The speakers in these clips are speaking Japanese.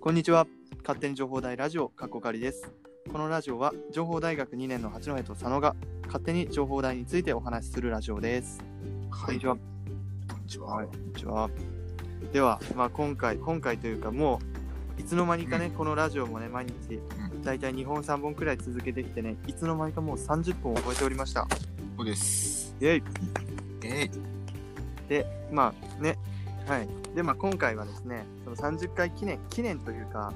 こんにちは勝手に情報大ラジオかっこかりですこのラジオは情報大学2年の八戸と佐野が勝手に情報大についてお話しするラジオですこはんにちは、こんにちは。こんにちはでは、まあ、今回今回というかもういつの間にかね、うんこのラジオもね毎日んだいたい2本3本くらい続けてきてねいつの間にかもう30本を超えておりましたここです。イェイえい。でまあねはいでまあ今回はですねその30回記念記念というか、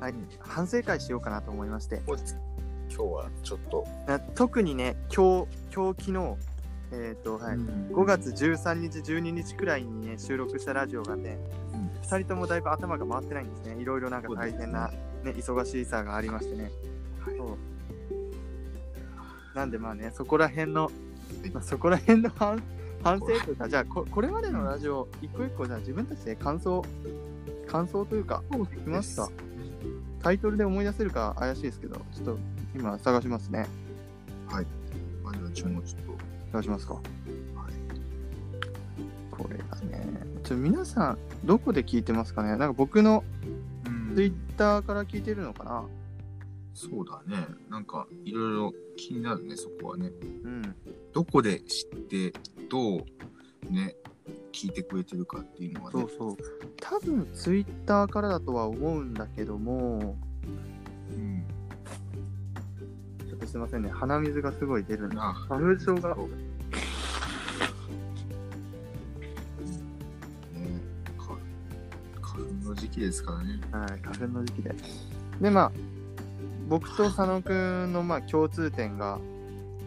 はいうん反省会しようかなと思いまして今日はちょっと、な特にね今日今日昨日えっ、とはい、5月13日12日くらいにね収録したラジオがね、うん2人ともだいぶ頭が回ってないんですねいろいろなんか大変な、そね、忙しさがありましてね、はいそうなんでまあねそこら辺の、まあ、そこら辺の反反省というかじゃあここれまでのラジオ一個一個じゃあ自分たちで感想感想というかそう来ましたタイトルで思い出せるか怪しいですけどちょっと今探しますねまあ、じゃあもちょっと、探しますかはい。これがねちょ皆さんどこで聞いてますかねなんか僕のツイッターから聞いてるのかなそうだね。なんか、いろいろ気になるね、そこはね。うんどこで知って、どう、ね、聞いてくれてるかっていうのはそねう。そう多分ツイッターからだとは思うんだけどもうん。ちょっとすいませんね鼻水がすごい出るんでなあ花粉症がそうねか花粉の時期ですからね。はい、花粉の時期で。で、まあ、僕と佐野くんのまあ共通点が、うん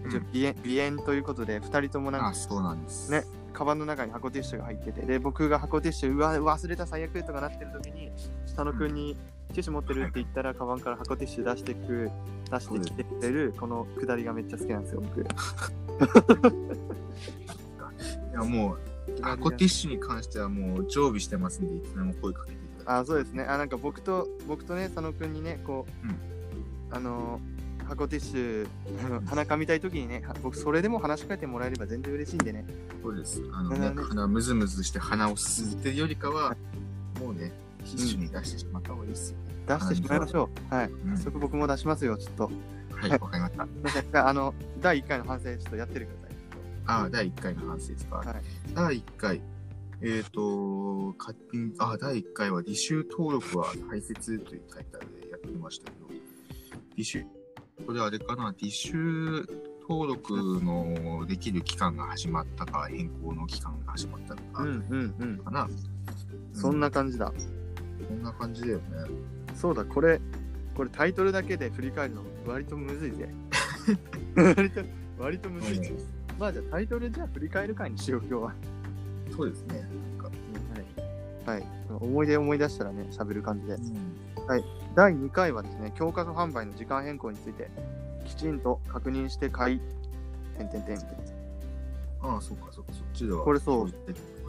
ちょっと鼻炎鼻炎ということで、2人ともなんあか、そうなんです。ねカバンの中に箱ティッシュが入ってて、で、僕が箱ティッシュ、うわ、忘れた、最悪とかなってる時に、佐野くんに、ティッシュ持ってるって言ったら、カバンから箱ティッシュ出してく、出してきてくれる、このくだりがめっちゃ好きなんですよ、僕。いやもう、アコティッシュに関してはもう常備してますんで、いつでも声かけていただいて。あそうですねあなんか僕と僕とね佐野くんにねこう、うんあのー箱ティッシュあの鼻かみたい時にねは僕それでも話しかけてもらえれば全然嬉しいんでねそうです。あのなねるほ、ど鼻むずむずして鼻をすすってるよりかは、もうね、ティッシュに出してしまった方がいいですよ。出してしまいましょうはい、うん早速僕も出しますよちょっと はい、わかりました。なんか一回あの第1回の反省ちょっとやっててくださいあ、第1回の話ですか。はい第1回。えっ、と、勝手に、あ、第1回は、履修登録は大切というタイトルでやってましたけど、履修、これあれかな、履修登録のできる期間が始まったか、変更の期間が始まったのか、うんうんかな。そんな感じだ、うん、こんな感じだよね。そうだこれこれタイトルだけで振り返るの割とむずいぜ割と割とむずいぜ、まあじゃあタイトルじゃあ振り返る回にしよう今日はそうですね。なんか、はい、思い出思い出したらね喋る感じで第2回はですね教科書販売の時間変更についてきちんと確認して買い点点点ああ、そっか、そっか、そっちでは。これそうこ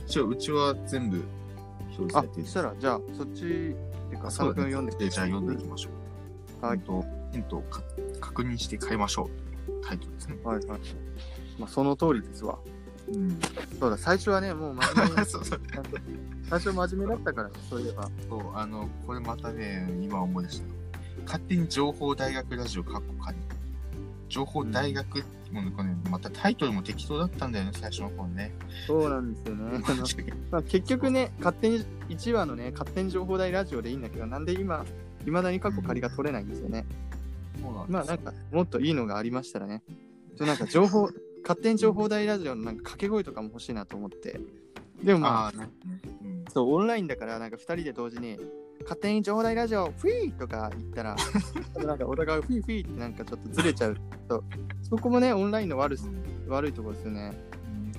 っちは、うちは全部表示あされてそるしたらじゃあそっちっていうか佐野君読んでくじゃあ読んでいきましょう。はいヒントヒントをか確認して買いましょう。タイトルですね。はいはい、まあ、その通りですわうん。そうだ最初はねもう真面目そうそう。最初真面目だったからそういえばそう、あの、これまたね、今思い出したの。勝手に情報大学ラジオかっこかに。情報大学ってもうね、これねまたタイトルも適当だったんだよね、最初の方ね。そうなんですよ ね あのまあ、結局ね勝手に1話のね勝手に情報大ラジオでいいんだけどなんで今いまだに過去仮が取れないんですよねまあなんかもっといいのがありましたらね、ちょなんか情報、 勝手に情報大ラジオのなんか掛け声とかも欲しいなと思って、でもまあ、ああー、なんかね。うん。そうオンラインだからなんか2人で同時に、勝手に情報大ラジオ、フィーとか言ったら、 なんかお互いフィーフィーってなんかちょっとずれちゃうと、そこもね、オンラインの悪す悪いところですよね。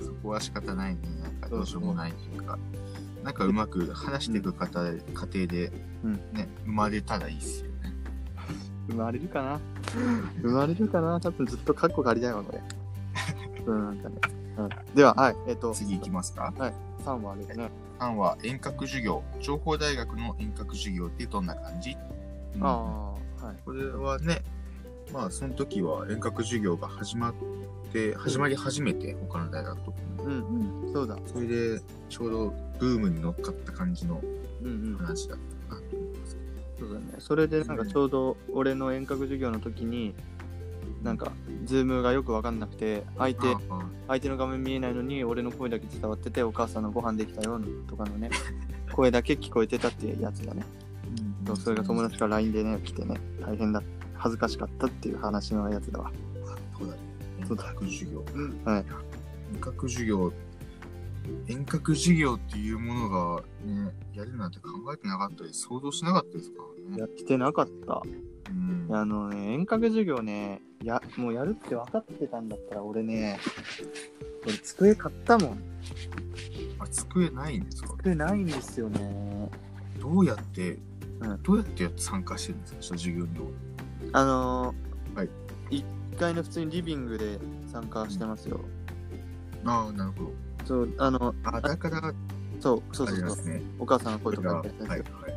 うんそこは仕方ないね。なんかどうしようもないというか、なんかうまく話していく方、過程で、うんね、生まれたらいいっすよね。生まれるかな 生まれるかな多分ずっとカッコ借りだよ、これ。うん、なんかね。うん、では、はい、えっ、と、次行きますか。 3話ですね。 3は遠隔授業。情報大学の遠隔授業ってどんな感じ、うんああ、はい。これはね、まあその時は遠隔授業が始まって、始まり始めて、他の大学とかもうん、うん、そうだ。それでちょうどブームに乗っかった感じのうん、うん。話だったかなと思いますけど。そうだね。それでなんかちょうど俺の遠隔授業の時に、なんか、ズームがよくわかんなくて、相手、ああ相手の画面見えないのに、俺の声だけ伝わってて、お母さんのご飯できたよとかのね、 声だけ聞こえてたっていうやつだね。そうそれが友達から LINE でね、来てね、大変だ、恥ずかしかったっていう話のやつだわ。そうだね。そ遠うだ隔授業。はい。遠隔授業。遠隔授業っていうものがね、やるなんて考えてなかったり、想像しなかったですからやねっ。てなかった。うんいやあのね、遠隔授業ね、や、もうやるって分かってたんだったら、俺ね、俺机買ったもん。あ机ないんですか机ないんですよね。どうやって、うんどうやって参加してるんですかその授業には。あのー、はい1階の普通にリビングで参加してますよ。ああ、なるほど。そう、あの、あだから、あそう、そうそりうそまう、すね。お母さんの声とこれかはやっはていたはやい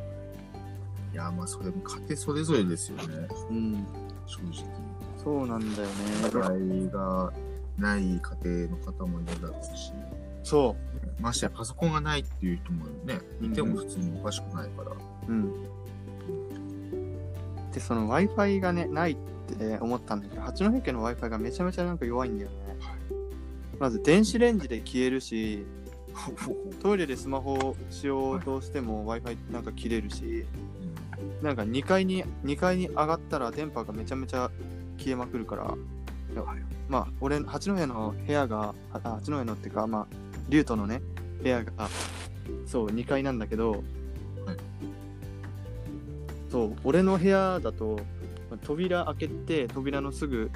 つ。。いや、まあ、それも家庭それぞれですよね、うん、正直。そうなんだよ課ね。題がない家庭の方もいるだろうし、そましてやパソコンがないっていう人もね、うんいても普通におかしくないから。う。うん。で、その Wi-Fi がね、ないって思ったんだけど、八戸家の Wi-Fi がめちゃめちゃなんか弱いんだよね。まず電子レンジで消えるし、トイレでスマホをしようとしても Wi-Fi なんか切れるし、なんか2階に、2階に上がったら電波がめちゃめちゃ消えまくるから、いやはいまあ、俺、八戸の部屋が、あ八戸のっていうか、まあ、竜斗のね、部屋が、そう、2階なんだけど、はいそう、俺の部屋だと、まあ扉開けて、扉のすぐ、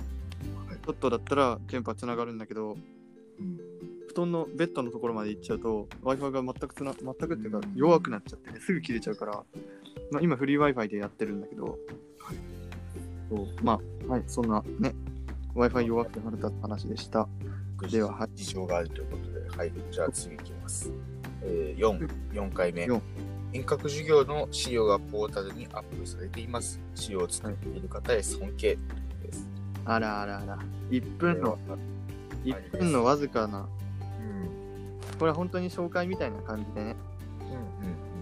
はいちょっとだったら電波つながるんだけど、うん布団のベッドのところまで行っちゃうと Wi-Fi が全くつな全くっていうかうん弱くなっちゃってすぐ切れちゃうから、まあ、今フリー Wi-Fi でやってるんだけど、はいそうまあはいそんなね Wi-Fi 弱くてなるた話でしたでははい事情があるということで、はい、じゃあ次いきます。えー、4、4回目四。遠隔授業の資料がポータルにアップされています。資料を作っている方へ尊敬です。あらあらあら1分のでは1分のわずかなうん。これは本当に紹介みたいな感じでね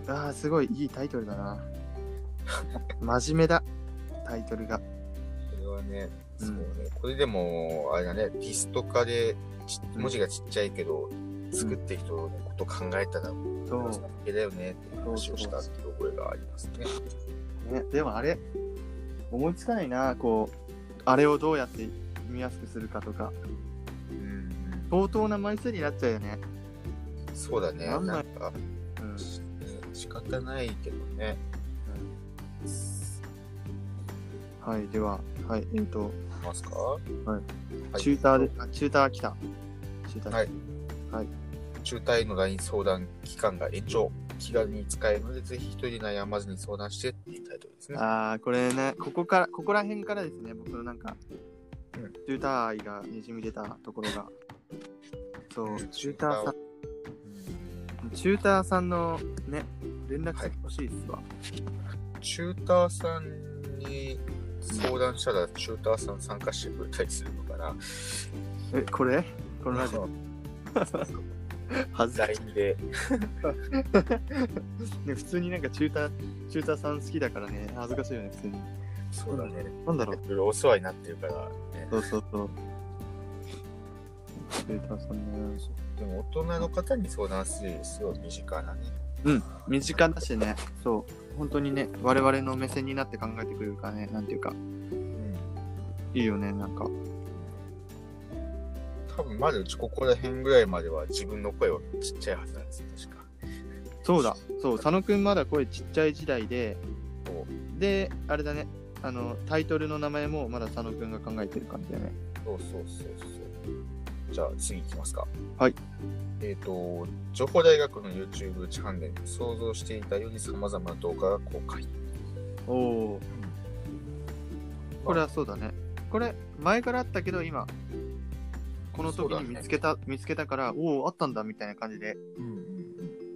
うんうんああすごいいいタイトル だな真面目だタイトルがうん。これはね、うんそうね。これでも、あれだね、リスト化でちうん文字がちっちゃいけど、作ってる人のこと考えたら、そう尊敬だよねって話をしたっていう覚えがありますね。ね、でもあれ思いつかないなこうあれをどうやって見やすくするかとかうんうん相当な枚数になっちゃうよね、そうだね。あんまなんりか、うん、仕方ないけどね。はいでははいえっ、といますかはいチューターで。あチューター来たチューター、はいはい中退の LINE 相談期間が延長。気軽に使えるので、ぜひ一人で悩まずに相談してっていうタイトルですね。ああこれねここからここら辺からですね僕のなんか、うんチューター愛がにじみ出たところがそう、うんチューターさんうんチューターさんのね連絡先欲しいっすわ、チューターさんに相談したら、チューターさん参加してくれたりするのかな。えこれこのラ ジオ恥ずかしい LINE で。ね、普通になんかチューター、チューターさん好きだからね、恥ずかしいよね、普通に。そうだね。なんだろう。いろいろお世話になってるから、ね。そうそうそう。チューターさんね。でも、大人の方に相談するよりすごい身近なね。身近だしね、そう。本当にね、我々の目線になって考えてくれるからね、なんていうか、うんいいよね、なんか。多分まだここら辺ぐらいまでは自分の声はちっちゃいはずなんですよ、確か。そうだ、そう、佐野くんまだ声ちっちゃい時代でお、で、あれだね、あの、タイトルの名前もまだ佐野くんが考えてる感じだよね。そうそうそうそう。じゃあ次行きますか。はい。えっ、と、情報大学の YouTube チャンネル、想像していたより様々な動画が公開。おお。これはそうだね。これ、前からあったけど、今、この時そうだにね見つけた、見つけたから、おお、あったんだ、みたいな感じでうんうんう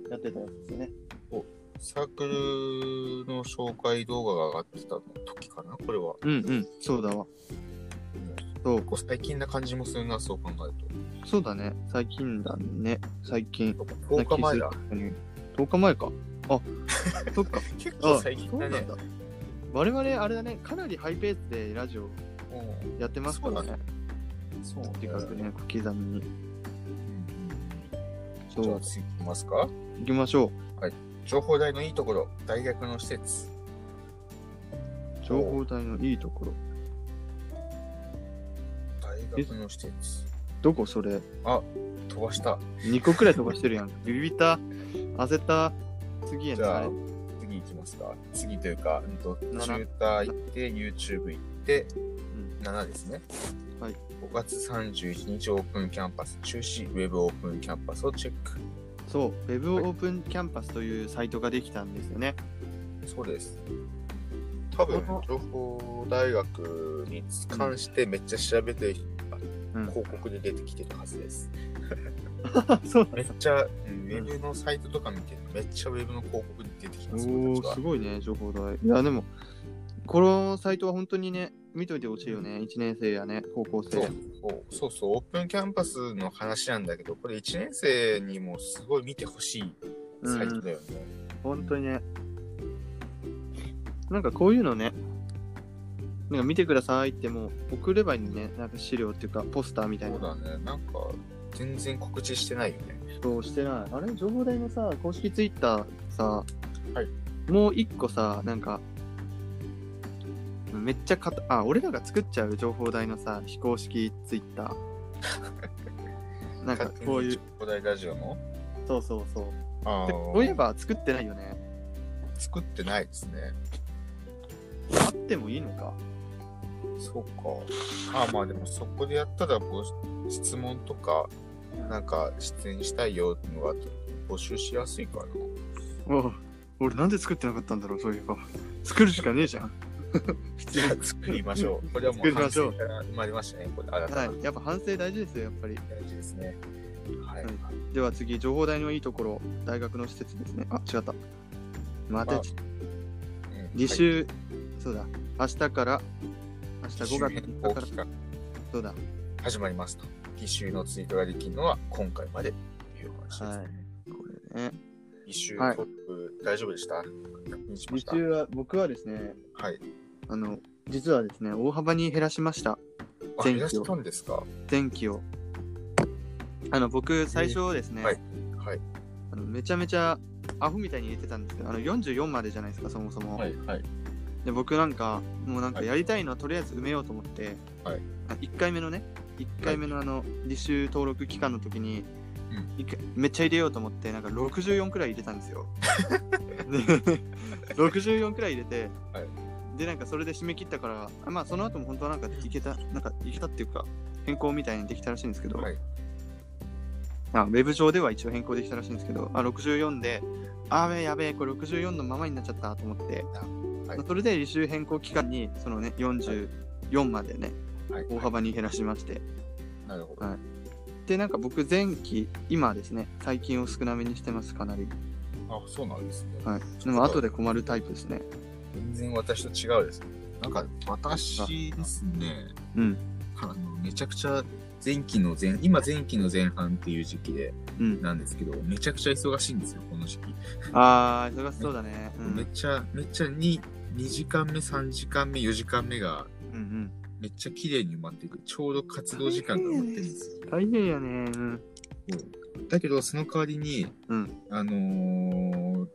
ん。やってたやつですね。サークルの紹介動画が上がってた時かな、これは。うんうん、そうだわ。そう結、構最近な感じもするな、そう考えるそうだね。最近だね。最近。と。10日前だ。 10日前か。あ、そっか。 結あ構最近そうなだねん。だ。我々、あれだね、かなりハイペースでラジオうやってますかそらうね。ん。そう時間でね、小刻みに。そじゃあう、次行きますか。行きましょ情報大のいいところ、大学の施設。う。情報体のいいところ。大学の施設。どこそれ飛ばした。 ?2 個くらい飛ばしてるやん。ビビった、焦った、次へじのあゃれあ。、次行きますか。次というか、うんと、チュ七ーター行って、YouTube 行って、ん7ですね。はい。 5月31日オープンキャンパス中止、ウェブオープンキャンパスをチェック。そう、Web オープンキャンパスというサイトができたんですよね。そうです。多分、情報大学に関してめっちゃ調べてる人がうん広告で出てきてるはずです。そうめっちゃ、うんウェブのサイトとか見てるめっちゃウェブの広告に出てきます、お私お、はす。ごいね、情報台。いや、でも、このサイトは本当にね、見といてほしいよね。1年生やね、高校そう生。そうそうそう、オープンキャンパスの話なんだけど、これ1年生にもすごい見てほしいサイトだよね。本当にね。なんかこういうのね、なんか見てくださいってもう送ればいいのにね、なんか資料っていうかポスターみたいそうな。だね、なんか全然告知してないよね。そうしてない。あれ情報台のさ、公式ツイッターさ、はいもう一個さ、なんか、めっちゃかた、あ、俺らが作っちゃう情報台のさ、非公式ツイッター。なんかこういう、古代ラジオのそうそうそう。あでそういえば作ってないよね。作ってないですね。あってもいいのか。そうか。あまあでもそこでやったら募質問とか、なんか出演したいよってのが募集しやすいかな。おう俺なんで作ってなかったんだろう、そういえば。作るしかねえじゃ ん。じゃあ作りましょう。これはも作うりま反しょう省から生まれましたね。これ新たなはい。やっぱ反省大事ですよ、やっぱり。大事ですね。はい。はいでは次、情報台のいいところ、大学の施設ですね。あ、違った。また、まあうん履修、そうだ、明日から、明日履5修月変3更日から期、間そうだ。始まりますと。履修のツイートができるのは今回までという話です。はい。これね。履修トはッいプ、大丈夫でした確認しました履。修は、僕はですね、はい。あの、実はですね、大幅に減らしました。あ、前期を減らしたんですか電気を。あの、僕、最初ですね、はいはい。あのめちゃめちゃアホみたいに入れてたんですけど、あの44までじゃないですか、そもそも。い。はい。で、僕なんか、もうなんかはいやりたいのはとりあえず埋めようと思って、はいあ1回目のね、1回目のあの、履修登録期間の時に、一回めっちゃ入れようと思って、なんか64くらい入れたんで すよ。で64くらい入れて、はいで、なんかそれで締め切ったから、あまあその後も本当はなんかいけた、なんかいけたっていうか、変更みたいにできたらしいんですけど、はいあウェブ上では一応変更できたらしいんですけど、あ64で、あーやべえ、これ64のままになっちゃったと思って、はいまあそれで履修変更期間に、そのね、44までね、はい。大幅に減らしまして、なるほど。はいで、なんか僕、前期、今ですね、最近を少なめにしてます、かなり。あ、そうなんですね。はい。でも、後で困るタイプですね。全然私と違うですね。なんか、私ですね、うん。あのめちゃくちゃ前期の前、今前期の前半っていう時期で、うん。なんですけど、めちゃくちゃ忙しいんですよ、この時期。あー、忙しそうだね。うん。めっちゃ、めっちゃ 2, 2時間目、3時間目、4時間目が、うんめっちゃ綺麗に埋まっていく。ちょうど活動時間が埋まってるんですよ。うん。大変やね。うん。だけど、その代わりに、うんあのー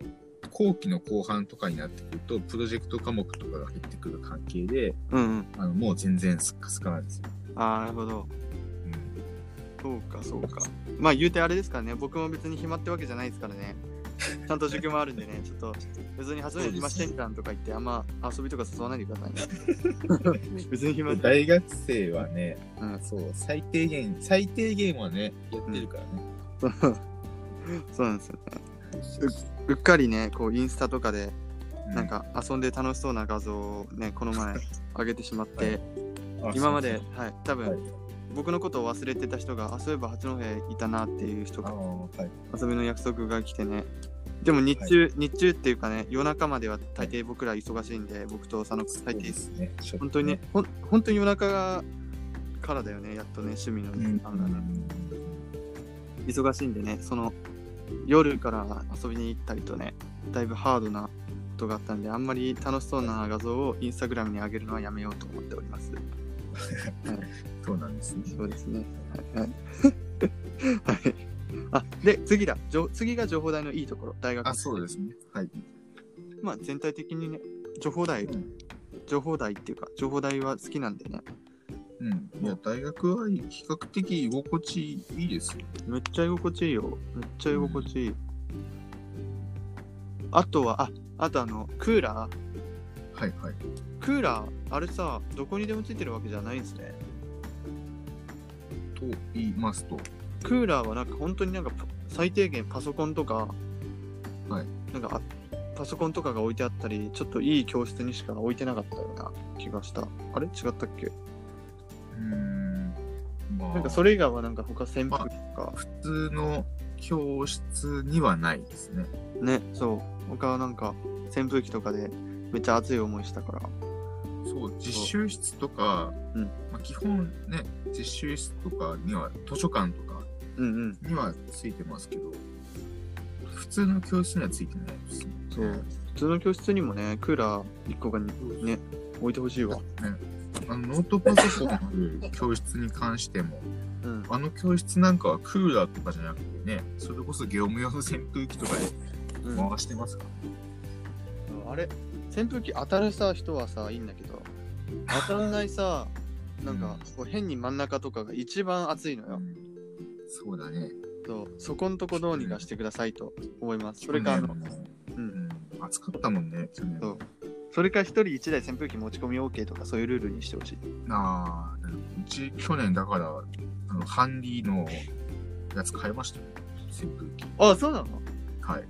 後期の後半とかになってくると、プロジェクト科目とかが減ってくる関係で、うんうん。あのもう全然すっかすかなんですよ。あー、なるほど。うんそうか、そうか。まあ、言うてあれですからね、僕も別に暇ってわけじゃないですからね。ちゃんと塾もあるんで ね、ちょっと、別に初めて暇してんじゃんとか言って、あんま遊びとか誘わないでくださいね。 別に暇で。大学生はね、うんそう、最低限、最低限はね、やってるからね。そうそうなんですよね。うっかりね、こう、インスタとかで、うんなん、か遊んで楽しそうな画像をね、この 前、上げてしまって、あ今までそう、はい、多そうは分、い僕のことを忘れてた人が、あ、そういえば八戸いたなっていう人が、あーはい遊びの約束が来てね。でも日中、日中っていうかね、夜中までは大抵僕ら忙しいんで、僕と佐野君大そうで抵、すね。ちょっと本当にね、ほん本当に夜中からだよね、やっとね、趣味のう時ん間がね、忙しいんでね、その夜から遊びに行ったりとね、だいぶハードなことがあったんで、あんまり楽しそうな画像をインスタグラムに上げるのはやめようと思っております。そうなんですね。そうですね。はい。はい はい。あ、で、次だ。じょ次が情報大のいいところ。大学あ、そうですね。はい。まあ全体的にね、情報大、情報大っていうか、情報大は好きなんでね。うん。いや、大学は比較的居心地いいですよ。めっちゃ居心地いいよ。めっちゃ居心地いい。あとは、あ、あとあの、クーラー。はいはい。クーラー、あれさ、どこにでもついてるわけじゃないんですね。と言いますと、クーラーはなんか本当になんかパ最低限パソコンとか、はいなんかあパソコンとかが置いてあったり、ちょっといい教室にしか置いてなかったような気がした。あれ違ったっけうーん、まあ、なんかそれ以外はなんか他扇風機とか、普通の教室にはないですね。ね、そう、他はなんか扇風機とかでめっちゃ熱い思いしたから。そう、実習室とか、うんまあ、基本ね、実習室とかには、図書館とかうんうん、にはついてますけど、普通の教室にはついてないですね。そう。普通の教室にもね、クーラー1個がにね、置いてほしいわ。あのノートパソコンのあ る教室に関しても、うん。あの教室なんかはクーラーとかじゃなくてね、それこそ業務用の扇風機とかでうん回してますから、あれ扇風機当たるさ人はさいいんだけど当たらないさなんかこう変に真ん中とかが一番暑いのよ、うんそうだね。そうそこんとこどうにかしてくださいと思いますそれかあ去の年もねううんん、暑かったもんね、去年そうそれか一人一台扇風機持ち込み OK とかそういうルールにしてほしいなあ、うち去年だから、あのハンディのやつ買いましたよ、扇風機。あそうなのはい。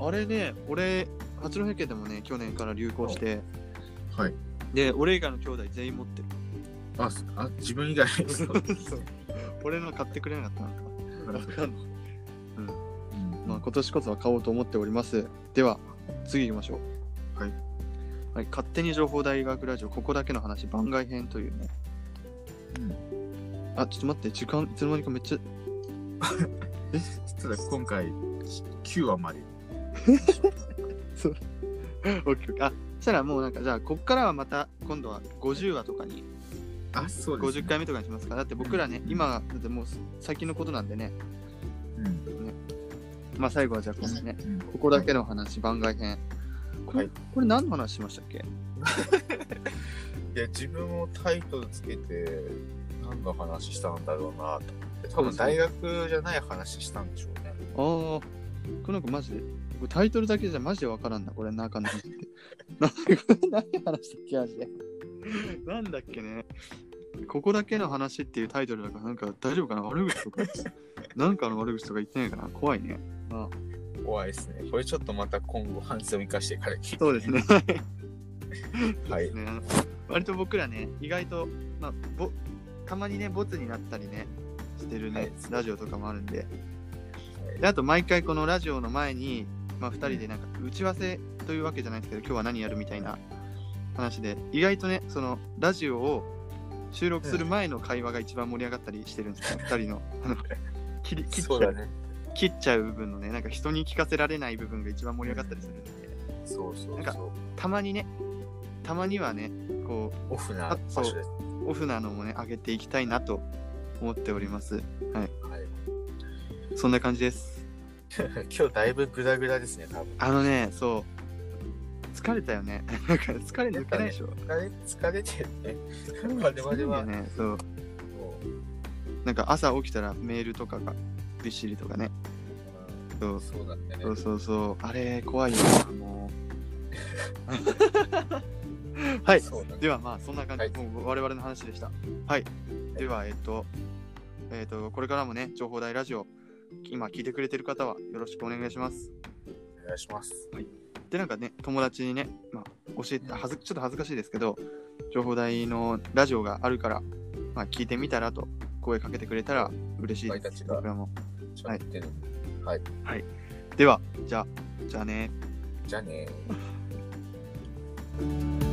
あれね俺八戸家でもね去年から流行してはい。で俺以外の兄弟全員持ってるあ、すあ自分以外に そう俺の買ってくれなかったのかわかんない、うんまあ、今年こそは買おうと思っておりますでは次行きましょうはい、はい、勝手に情報大学ラジオここだけの話番外編というねあちょっと待って時間いつの間にかめっ ちゃ実は今回、9話まで。大きくあそしたらもうなんかじゃあこっからはまた今度は50話とかに、あ、そうです、 50回目とかにしますからだって僕らねうん今だってもう先のことなんでねうん。まあ最後はじゃあ今度ねうんここだけの話番外編これ,、はいこれ何の話しましたっけいや自分もタイトルつけて何の話したんだろうなと思って多分大学じゃない話したんでしょうねああこの子マジでこれタイトルだけじゃマジでわからんなこれ中の話ってなんか何話したっけマジでなんだっけねここだけの話っていうタイトルだからなんか大丈夫かな悪口とかなんかの悪口とか言ってないかな怖いね怖いですねこれちょっとまた今後反省を生かしてから聞いてそうですねはいねあの割と僕らね意外と、まあ、ぼたまにねボツになったりねしてるね、はいラジオとかもあるんでであと毎回このラジオの前に、まあ、2人でなんか打ち合わせというわけじゃないですけど今日は何やるみたいな話で意外とねそのラジオを収録する前の会話が一番盛り上がったりしてるんですよ、2人のあの切り切っちゃそうだね切っちゃう部分のねなんか人に聞かせられない部分が一番盛り上がったりするんでそうそうなんそかうたまにねたまにはねこうオフな場所ですオフなのもね、上げていきたいなと思っております。はいそんな感じです。今日だいぶグダグダですね多分あのね、そう、疲れたよね。 なんか疲れ抜けないでしょ。疲れ疲れてるね我 疲れ々たはよね、そう。もなんか朝起きたらメールとかがびっしりとかね。う、そううんそうだねそうそうそう。あれ、怖いよな、も う。はい。そうだねではまあ、そんな感じ、はいもう我々の話でした。はい。では、えっと、えっと、これからもね、情報大ラジオ、今聞いてくれてる方はよろしくお願いします。お願いしますでなんかね友達にね、まあ、教えてはずちょっと恥ずかしいですけど情報大のラジオがあるから、まあ、聞いてみたらと声かけてくれたら嬉しいお前でたすちが僕らもちょっとねではじゃあじゃあねじゃあねー